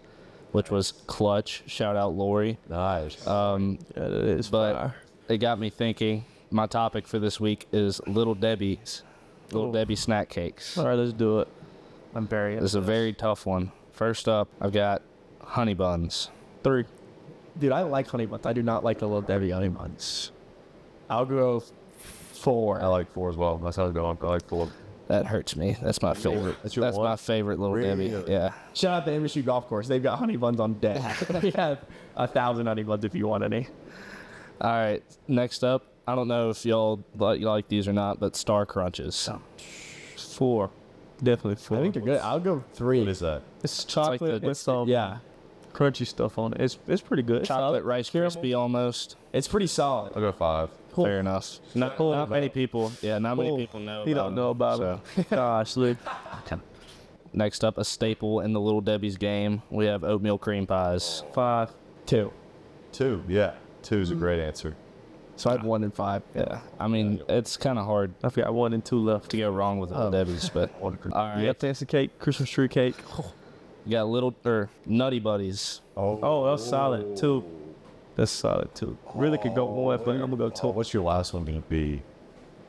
which was clutch. Shout out Lori. Nice. Um, Yeah, that is but fire. it got me thinking. My topic for this week is Little Debbie's, Little Oh. Debbie snack cakes. All right, let's do it. I'm very This is a very tough one. First up, I've got honey buns. Three. Dude, I like honey buns. I do not like the little Debbie honey buns. I'll go f- four. I like four as well. That's how I go. I like four. That hurts me. That's my favorite. That's That's, your one? my favorite Little Really? Debbie. Yeah. Shout out to MSU Golf Course. They've got honey buns on deck. they have a thousand honey buns if you want any. All right. Next up, I don't know if y'all like, like these or not, but Star Crunches. four. Definitely four. I think they're good. I'll go three. What is that? it's like chocolate the- with some Yeah. crunchy stuff on it. It's it's pretty good. It's Chocolate solid. Rice Caramel. Krispie almost. It's pretty solid. I'll go five. Cool. Fair enough. Not, Cool. not many people. Yeah, not Cool. many people know. You about don't them, know about so. it. Gosh, Luke. Next up, a staple in the Little Debbie's game. We have oatmeal cream pies. Five. Two. Two. Mm-hmm. Yeah. Two is a great answer. So I have one and five. Yeah, I mean it's kind of hard I've got one and two left. to go wrong with Um, Little Debbie's, but all right. Yep, fancy cake, Christmas tree cake. You got little or Nutty Buddies. Oh, that's solid too. That's solid too. Really could go one, but I'm gonna go Oh, two. what's your last one gonna be?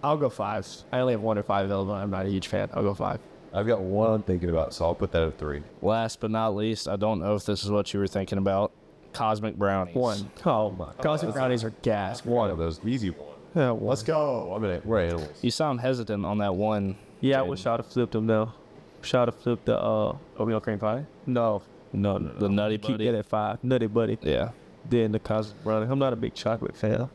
I'll go fives. I only have one or five available. I'm not a huge fan. I'll go five. I've got one I'm thinking about, so I'll put that at three. Last but not least, I don't know if this is what you were thinking about. Cosmic brownies. One. Oh my. Cosmic brownies are gas. One of those easy ones. Yeah, Let's go. I mean, we're animals. You sound hesitant on that one. yeah I Jaden. wish I'd have flipped them now. Wish I'd have flipped the uh, Oatmeal cream pie. no, no, no, The Um, no. Nutty Keep Buddy. that at five. Nutty buddy. Yeah, Then the cosmic brownie. I'm not a big chocolate fan.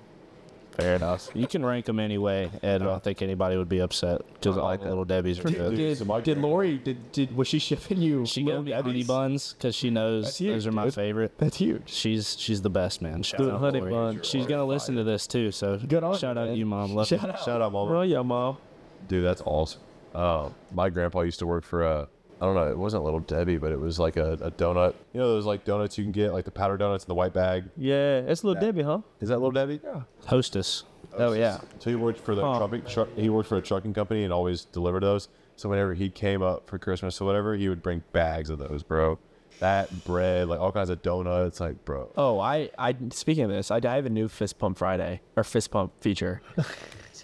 fair enough. You can rank them anyway, and I don't think anybody would be upset because all like the that. Little Debbie's are good. Did, so my- did Lori, did, did, was she shipping you? She Little got me honey Debbie's? buns because she knows huge, those are my dude. favorite. That's huge. She's she's the best man. Shout Dude, out honey Lori. bun. She's gonna listen to this too, so Good on shout you, out man. you, mom. Love you. Shout out. Shout out, mama. Oh yeah, mom. Dude, that's awesome. Um, my grandpa used to work for a, I don't know, it wasn't Little Debbie, but it was like a, a donut. You know those like donuts you can get, like the powder donuts in the white bag. Yeah, it's little Debbie, huh? Is that Little Debbie? Yeah. Hostess. Oh, yeah. So he worked for the Huh. trucking. Truck, he worked for a trucking company and always delivered those. So whenever he came up for Christmas or whatever, he would bring bags of those, bro. That bread, like all kinds of donuts, like bro. Oh, I, I speaking of this, I, I have a new fist pump Friday or fist pump feature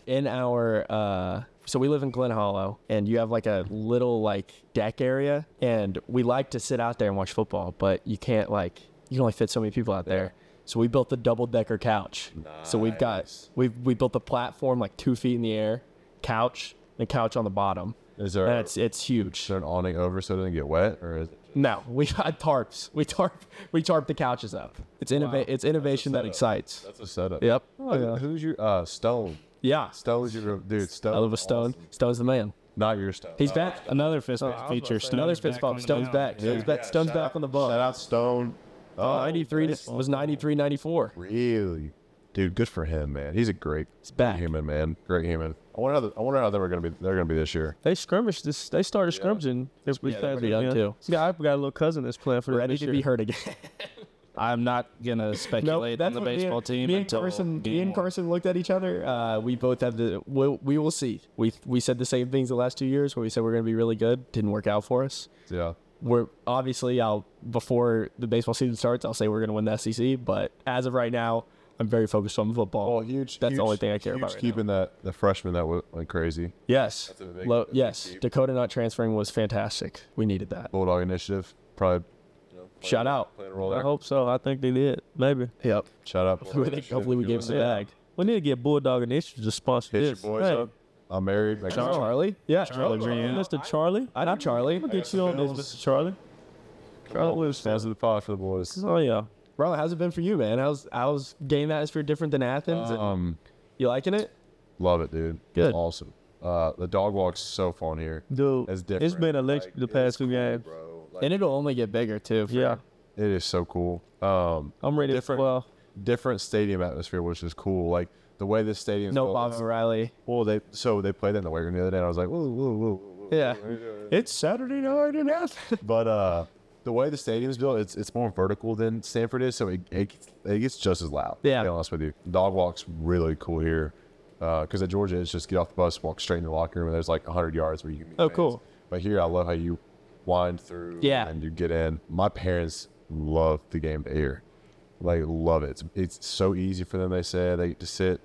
in our. uh So we live in Glen Hollow, and you have like a little like deck area, and we like to sit out there and watch football, but you can't like you can only fit so many people out there. So we built the double decker couch. So we've got we we built the platform like two feet in the air, couch and a couch on the bottom, Is there, and it's is it's huge. there an awning over so it doesn't get wet, or is it No, we had tarps. We tarp we tarp the couches up. It's innova- it's innovation that setup. excites. that's a setup? Yep. Oh, yeah. Who's your uh Stone? Yeah. Stone's your dude. Stone. I love a Stone. Stone's the man. Not your Stone. He's back. Another fist Oh, bump feature. Another Stone's fist back bump. on the Stone's mound. back. Stone's back. Stone's back on the Shout ball. out Stone. Oh, 93 to- was 93 94. really, dude. Good for him, man. He's a great back. human, man. Great human. I wonder how the, I wonder how they were gonna be. They're gonna be this year. They skirmished this. They started skirmishing. This week they're pretty young, too. Yeah, I've got a little cousin that's playing for Ready this to year. be hurt again. I'm not gonna no, speculate on that's the what me and- baseball team Me and until Carson, game me and one. Carson looked at each other. Uh, we both have the. We, we will see. We we said the same things the last two years where we said we're going to be really good. Didn't work out for us. Yeah. we're obviously I'll before the baseball season starts, I'll say we're gonna win the SEC. But as of right now, I'm very focused on football. Oh, huge. That's huge- the only thing I care huge about. Right now. keeping that the freshman that went, went crazy. Yes, a big- Lo- that's a big yes. keep. Dakota not transferring was fantastic. We needed that. Bulldog initiative. Probably Shout out. Playing a role I there. hope so. I think they did. Maybe. Yep. Shout out. I think hopefully we gave us a bag. We need to get Bulldog and Issues to sponsor Hit your this. boys Hey, up. I'm married. Like, Charlie. Yeah, Charlie Green. Mr. Charlie. I know Charlie. I'll get you on this, Mr. Charlie. Charlie Wilson. Fans of the pod for the boys. Oh, yeah. Bro, how's it been for you, man? How's how's game atmosphere different than Athens? Um, you liking it? love it, dude. Good. Awesome. Uh, the dog walk's so fun here. Dude, It's it's different. been electric the past two games. bro. And it'll only get bigger too. for- Yeah, It is so cool. Um, I'm ready. Different. Well, different stadium atmosphere, which is cool. Like the way this stadium. No Bob O'Reilly. Well, they so they played that in the weight room the other day, and I was like, whoa, whoa, whoa, whoa. Yeah. It's Saturday night in Athens. But uh, the way the stadium's built, it's it's more vertical than Stanford is, so it it, it gets just as loud. Yeah. To be honest with you, dog walks really cool here, because at Georgia it's just get off the bus, walk straight in the locker room, and there's like 100 yards where you can. Meet Oh, fans. cool. But here, I love how you wind through. Yeah. And you get in. My parents love the game to air, like love it. It's, it's so easy for them. They say they get to sit,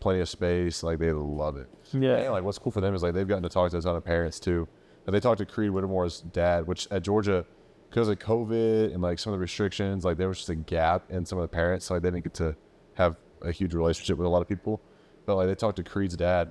plenty of space. Like they love it. And yeah. like what's cool for them is like they've gotten to talk to a ton of parents too. And they talked to Creed Whittemore's dad, which at Georgia, because of COVID and like some of the restrictions, like there was just a gap in some of the parents, so like they didn't get to have a huge relationship with a lot of people. But like they talked to Creed's dad.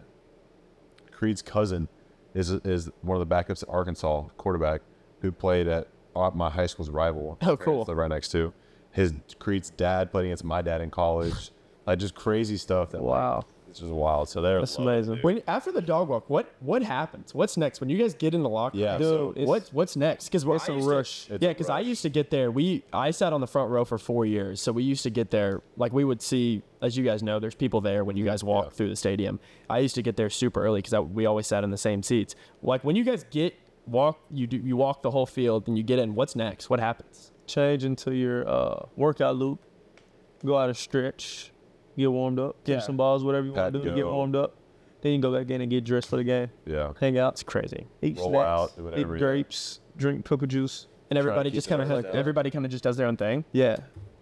Creed's cousin is is one of the backups at Arkansas quarterback who played at uh, my high school's rival. Oh, cool. So right next to his Creed's dad played against my dad in college. like just crazy stuff that like, Wow, it's just wild. So they're that's loving it. amazing. When after the dog walk, what what happens? What's next? When you guys get in the locker, Yeah, room, so dude, what what's next? Because what's the I used to- rush? It's yeah, a because I rush. used to get there. We I sat on the front row for four years, so we used to get there. Like we would see, as you guys know, there's people there when you guys walk through the stadium. I used to get there super early because we always sat in the same seats. Like when you guys get walk, you do you walk the whole field and you get in. What's next? What happens? Change into your uh, workout loop. Go out and stretch. Get warmed up. Catch some balls, whatever you want Pat to do. to Get go. warmed up. Then you go back in and get dressed for the game. Yeah. Hang out. It's crazy. Eat Roll snacks. out, do eat whatever, yeah. grapes. Drink pickle juice. And everybody keep just their kind of eyes has, out. everybody kind of just does their own thing. Yeah,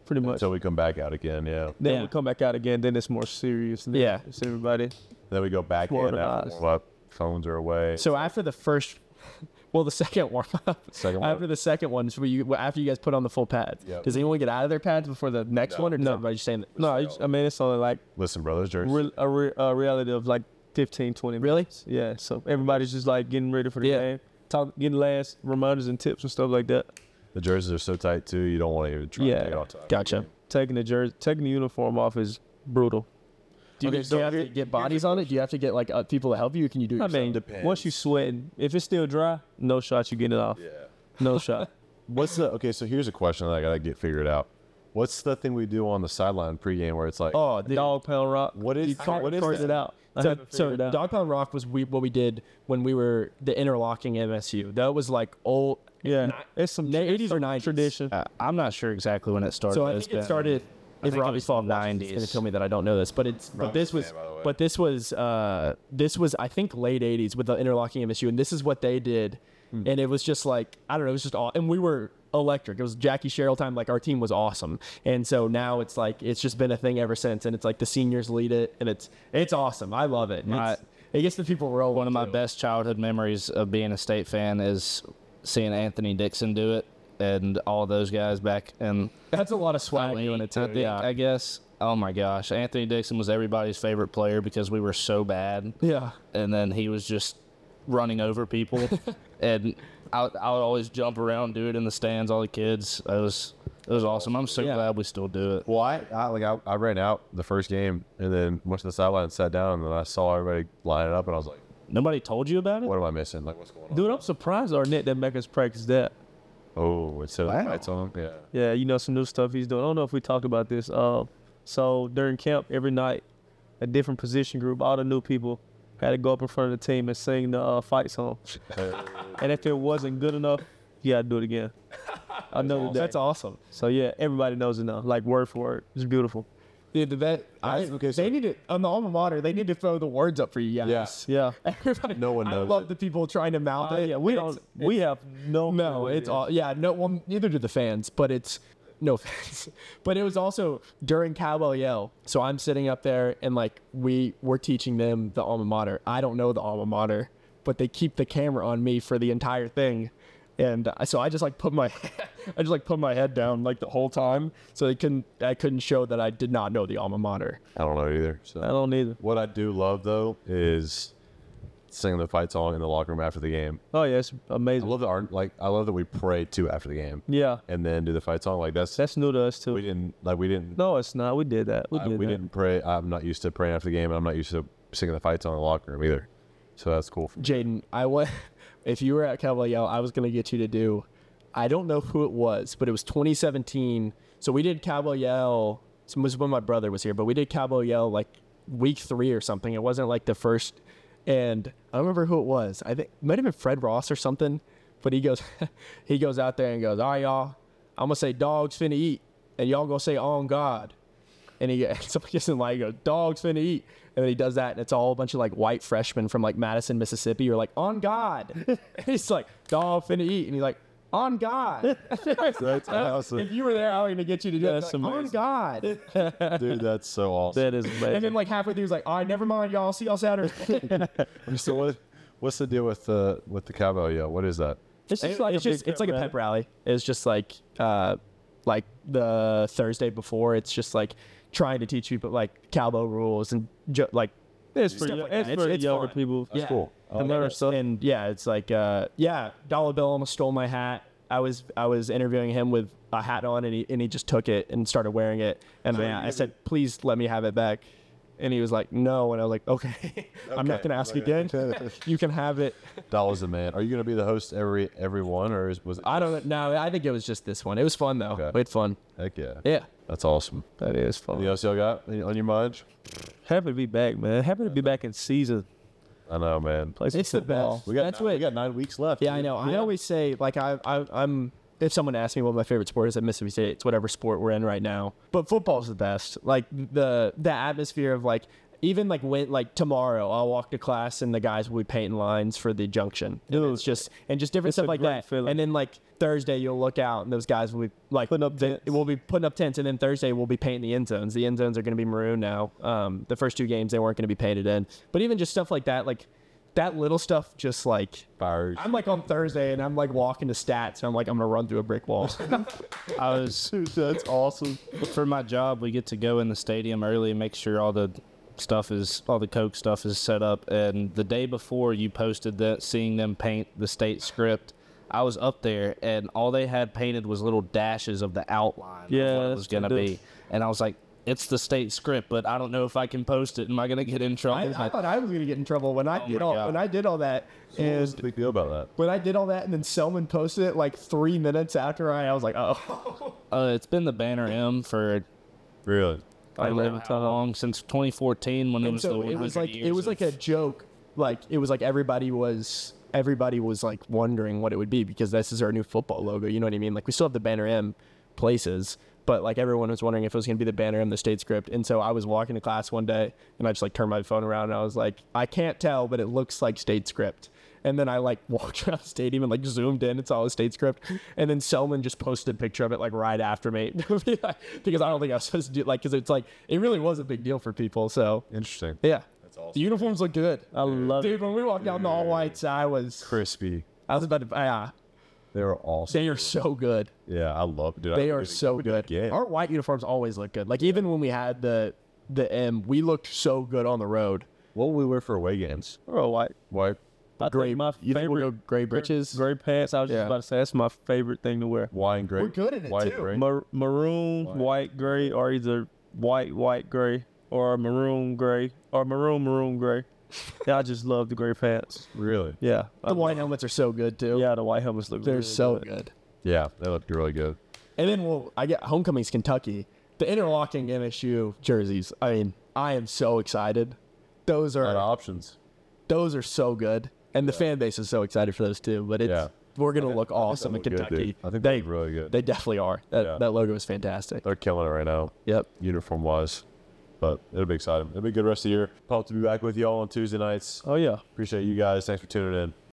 pretty much. Until we come back out again, yeah. then Yeah. we come back out again. Then it's more serious. and then Yeah. it's everybody. Then we go back in Florida after eyes. warm up. Phones are away. So after the first, well, the second warm up, Second warm-up. after the second one, so you after you guys put on the full pads, Yep. does anyone get out of their pads before the next one, or does everybody just stay in? The, No, you- I mean it's only like Listen, brothers, jerseys. re- a, re- a reality of like 15, 20 Really? minutes. Yeah. So everybody's just like getting ready for the Yeah. game, talk, getting last reminders and tips and stuff like that. the jerseys are so tight too. You don't want to even try Yeah. to take it off. time. Gotcha. Taking the jersey, taking the uniform off is brutal. Do you, Okay, do so you have here- to get bodies on it? Do you have to get like uh, people to help you? Can you do? it I yourself? mean, once you sweating, if it's still dry, no shot, you get it off. No shot. What's the okay? So here's a question that I gotta get figured out. What's the thing we do on the sideline pregame where it's like, oh, dude. Dog pound rock. what is you can't what is sort it that? out? I So, haven't so figured it out. Dog Pound Rock was we what we did when we were the interlocking MSU. That was like old. yeah, ni- it's some na- 80s it's some or 90s. tradition. Uh, I'm not sure exactly when it started. So I It's think it been- started. If think it Robbie's was fall the nineties, going to 90s. tell me that I don't know this, but it's but this was by the way. but this was uh this was I think late eighties with the interlocking MSU, and this is what they did, Hmm. and it was just like I don't know, it was just all, and we were electric. It was Jackie Sherrill time. Like our team was awesome, and so now it's like it's just been a thing ever since, and it's like the seniors lead it, and it's it's awesome. I love it. My- It's- it gets the people rolling. One of my too. best childhood memories of being a state fan is seeing Anthony Dixon do it and all those guys back in That's a lot of swag Wayne, doing it too. I, think, yeah. I guess. Oh my gosh, Anthony Dixon was everybody's favorite player because we were so bad, yeah. and then he was just running over people, and I, I would always jump around, do it in the stands, all the kids. It was it was awesome. I'm so Yeah. glad we still do it. Well, I, I like I, I ran out the first game and then went to the sideline and sat down and then I saw everybody lining up and I was like, Nobody told you about it. what am I missing? Like what's going on? Dude, I'm surprised Arnett didn't make us practice that. Oh, it's so Wow. lights on. Yeah. Yeah, you know some new stuff he's doing. I don't know if we talked about this. Um, so during camp every night, a different position group, all the new people, had to go up in front of the team and sing the uh, fight song. and if it wasn't good enough, you got to do it again. Another day. That's awesome. So yeah, everybody knows it now, like word for word. It's beautiful. Dude, the vet. I, Guys, okay, they so- need to on the alma mater. They need to throw the words up for you guys. Yeah. Yeah, Uh, Everybody, No one I knows love it. the people trying to mouth it. yeah. We don't. We have no. clue No, what it it's is. all. Yeah, no. Well, neither do the fans, but it's no offense. But it was also during Cowbell Yell. So I'm sitting up there and like we we're teaching them the alma mater. I don't know the alma mater, but they keep the camera on me for the entire thing. and I, so I just like put my I just like put my head down like the whole time, so they couldn't I couldn't show that I did not know the alma mater. I don't know either. So I don't either. What I do love though is singing the fight song in the locker room after the game. Oh yeah, it's I amazing. love the art. Like I love that we pray too after the game, yeah, and then do the fight song. Like that's, that's new to us too. we didn't like we didn't No, it's not. We did that. We I- did we that. didn't pray. I'm not used to praying after the game, and I'm not used to singing the fight song in the locker room either. So that's cool. Jaden, I wa- if you were at Caballero, I was gonna get you to do. I don't know who it was, but it was 2017. So we did Caballero. It was when my brother was here, but we did Caballero like week three or something. It wasn't like the first. And I don't remember who it was. I think it might have been Fred Ross or something. But he goes, he goes out there and goes, "All right, y'all, I'm gonna say dogs finna eat, and y'all gonna say on God." and he and somebody gets in line and goes, Dog's finna eat. And then he does that, and it's all a bunch of like white freshmen from like Madison, Mississippi, who are like, On God. and he's like, Dog finna eat. And he's like, On God. That's if awesome, you were there, I was gonna get you to do that. That's Like, On amazing. God. dude. That's so awesome. That is And amazing. then like halfway through, he's like, All right, never mind, y'all. See y'all Saturday. so what, what's the deal with the with the cowboy? Yeah, what is that? it's just like it's a big just it's like pep a pep rally. It's just like uh like the Thursday before. It's just like trying to teach people like cowboy rules and jo- like it's for, stuff like that. it's It's- for it's younger fun. people. That's cool. I And like learn stuff. And yeah, it's like uh, yeah, Dollar Bill almost stole my hat. I was I was interviewing him with a hat on, and he and he just took it and started wearing it. And then I said, "Please let me have it back," and he was like, "No," and I was like, "Okay, I'm not Okay. gonna ask again. you can have it." Dollars a man. Are you gonna be the host every every one, or is, was it? I don't know. No, I think it was just this one. It was fun though. Okay. We had fun. Heck yeah. Yeah. That's awesome. That is fun. Anything else y'all got on your mind? Happy to be back, man. Happy to be back in season. I know, man. Play some It's the football. best. We got That's nine, what- we got nine weeks left. Yeah, I know. I always say like I, I I'm if someone asks me what my favorite sport is at Mississippi State, it's whatever sport we're in right now. But football's the best. Like the the atmosphere of like even like when like tomorrow I'll walk to class and the guys will be painting lines for the junction. And it's just and just different It's a stuff like great that. feeling. And then like Thursday you'll look out and those guys will be like Putting up they- tents. We'll be putting up tents and then Thursday we'll be painting the end zones. The end zones are gonna be maroon now. Um the first two games they weren't gonna be painted in. But even just stuff like that, like that little stuff just like Fires. I'm like on Thursday and I'm like walking to stats and I'm like I'm gonna run through a brick wall. I was Dude, that's awesome. for my job. We get to go in the stadium early and make sure all the stuff is all the coke stuff is set up. And the day before you posted that, seeing them paint the state script, I was up there and all they had painted was little dashes of the outline. of Yeah, what it that's was gonna what it be. is. And I was like, it's the state script, but I don't know if I can post it. Am I gonna get in I, trouble? I thought I was gonna get in trouble when I did all God. when I did all that What's and the big deal about that? when I did all that and then Selman posted it like three minutes after I I was like oh uh, it's been the banner M for Really? I don't know live how long since 2014 when it and was the so 100 it was like years it was like of- a joke like it was like everybody was everybody was like wondering what it would be because this is our new football logo you know what I mean like we still have the banner M places but like everyone was wondering if it was gonna be the banner M the state script and so I was walking to class one day and I just like turned my phone around and I was like I can't tell but it looks like state script and then I like walked around the stadium and like zoomed in. It's all a state script. And then Selman just posted a picture of it like right after me because I don't think I was supposed to do like because it's like it really was a big deal for people. So Interesting. yeah. That's awesome. The uniforms look good. I love it. Dude, when we walked down the all whites, I was Crispy. I was about to yeah. They were awesome. They are so good. Yeah, I love. Dude, I They would are do it so good. again. Our white uniforms always look good. Like even when we had the the M, we looked so good on the road. What would we wear for away games? We're all white. Why? I Gray, think my you think we'll favorite go gray britches. gray pants. I was Yeah. just about to say that's my favorite thing to wear. Wine grape. We're good at it, White too. grape. Mar- maroon, white. gray, or either white, white, gray, or maroon, gray, or maroon, maroon, gray. yeah, I just love the gray pants. Really? Yeah, The I love- white helmets are so good too. Yeah, the white helmets look. They're really so good. good. Yeah, they looked really good. And then we'll I get homecoming's Kentucky. The interlocking MSU jerseys. I mean, I am so excited. Those Lot of are options. those are so good. And the fan base is so excited for those too. But it's we're gonna look awesome in look good, Kentucky. dude. I think they they look really good. They definitely are. That Yeah. that logo is fantastic. They're killing it right now. Yep. uniform wise. But it'll be exciting. It'll be a good rest of the year. Pumped to be back with y'all on Tuesday nights. Oh yeah. Appreciate you guys. Thanks for tuning in.